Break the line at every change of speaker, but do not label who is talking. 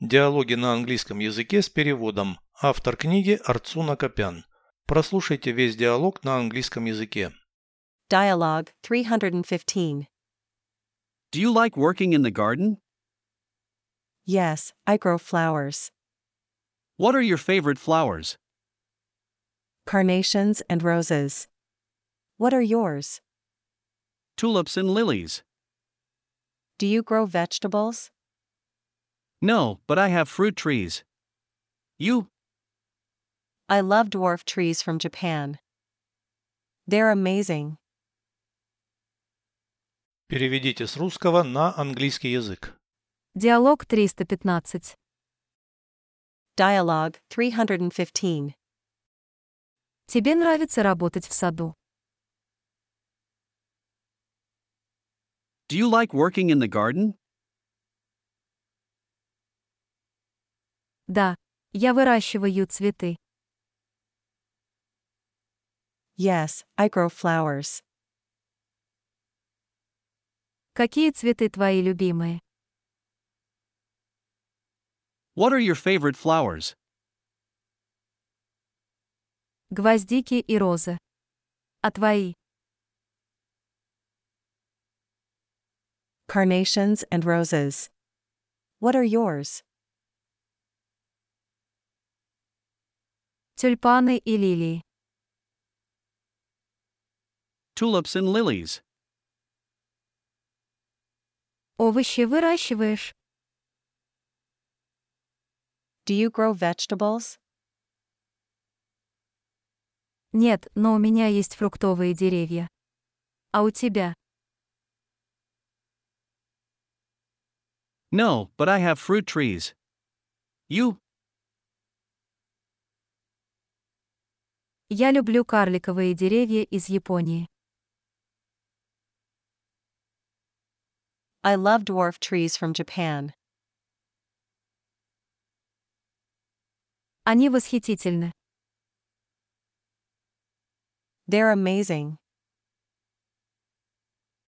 Диалоги на английском языке с переводом. Автор книги Арцуна Копян. Прослушайте весь диалог на английском языке.
Dialogue 315.
Do you like working in the garden?
Yes, I grow flowers.
What are your favorite flowers?
Carnations and roses. What are yours?
Tulips and lilies.
Do you grow vegetables?
No, but I have fruit trees. You?
I love dwarf trees from Japan. They're amazing.
Переведите с русского на английский язык.
Диалог 315.
Dialogue 315.
Тебе нравится работать в саду.
Do you like working in the garden?
Да. Я выращиваю цветы.
Yes, I grow flowers.
Какие цветы твои любимые?
What are your favorite flowers?
Гвоздики и розы. А твои?
Carnations and roses. What are yours?
Тюльпаны и лилии.
Tulips and lilies.
Овощи выращиваешь?
Do you grow vegetables?
Нет, но у меня есть фруктовые деревья. А у тебя?
No, but I have fruit trees. You?
Я люблю карликовые деревья из Японии.
I love dwarf trees from Japan.
Они восхитительны.
They're amazing.